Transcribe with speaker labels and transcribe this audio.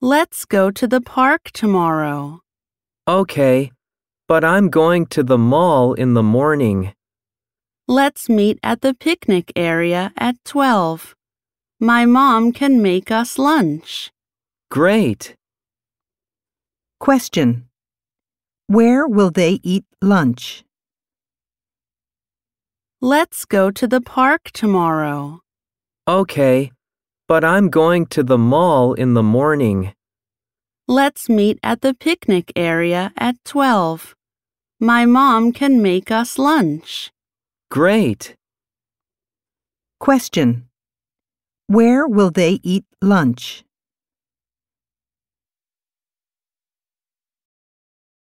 Speaker 1: Let's go to the park tomorrow.
Speaker 2: Okay, but I'm going to the mall in the morning.
Speaker 1: Let's meet at the picnic area at 12. My mom can make us lunch.
Speaker 2: Great.
Speaker 3: Question Where will they eat lunch?
Speaker 1: Let's go to the park tomorrow.
Speaker 2: Okay, but I'm going to the mall in the morning.
Speaker 1: Let's meet at the picnic area at 12. My mom can make us lunch.
Speaker 2: Great.
Speaker 3: Question Where will they eat lunch?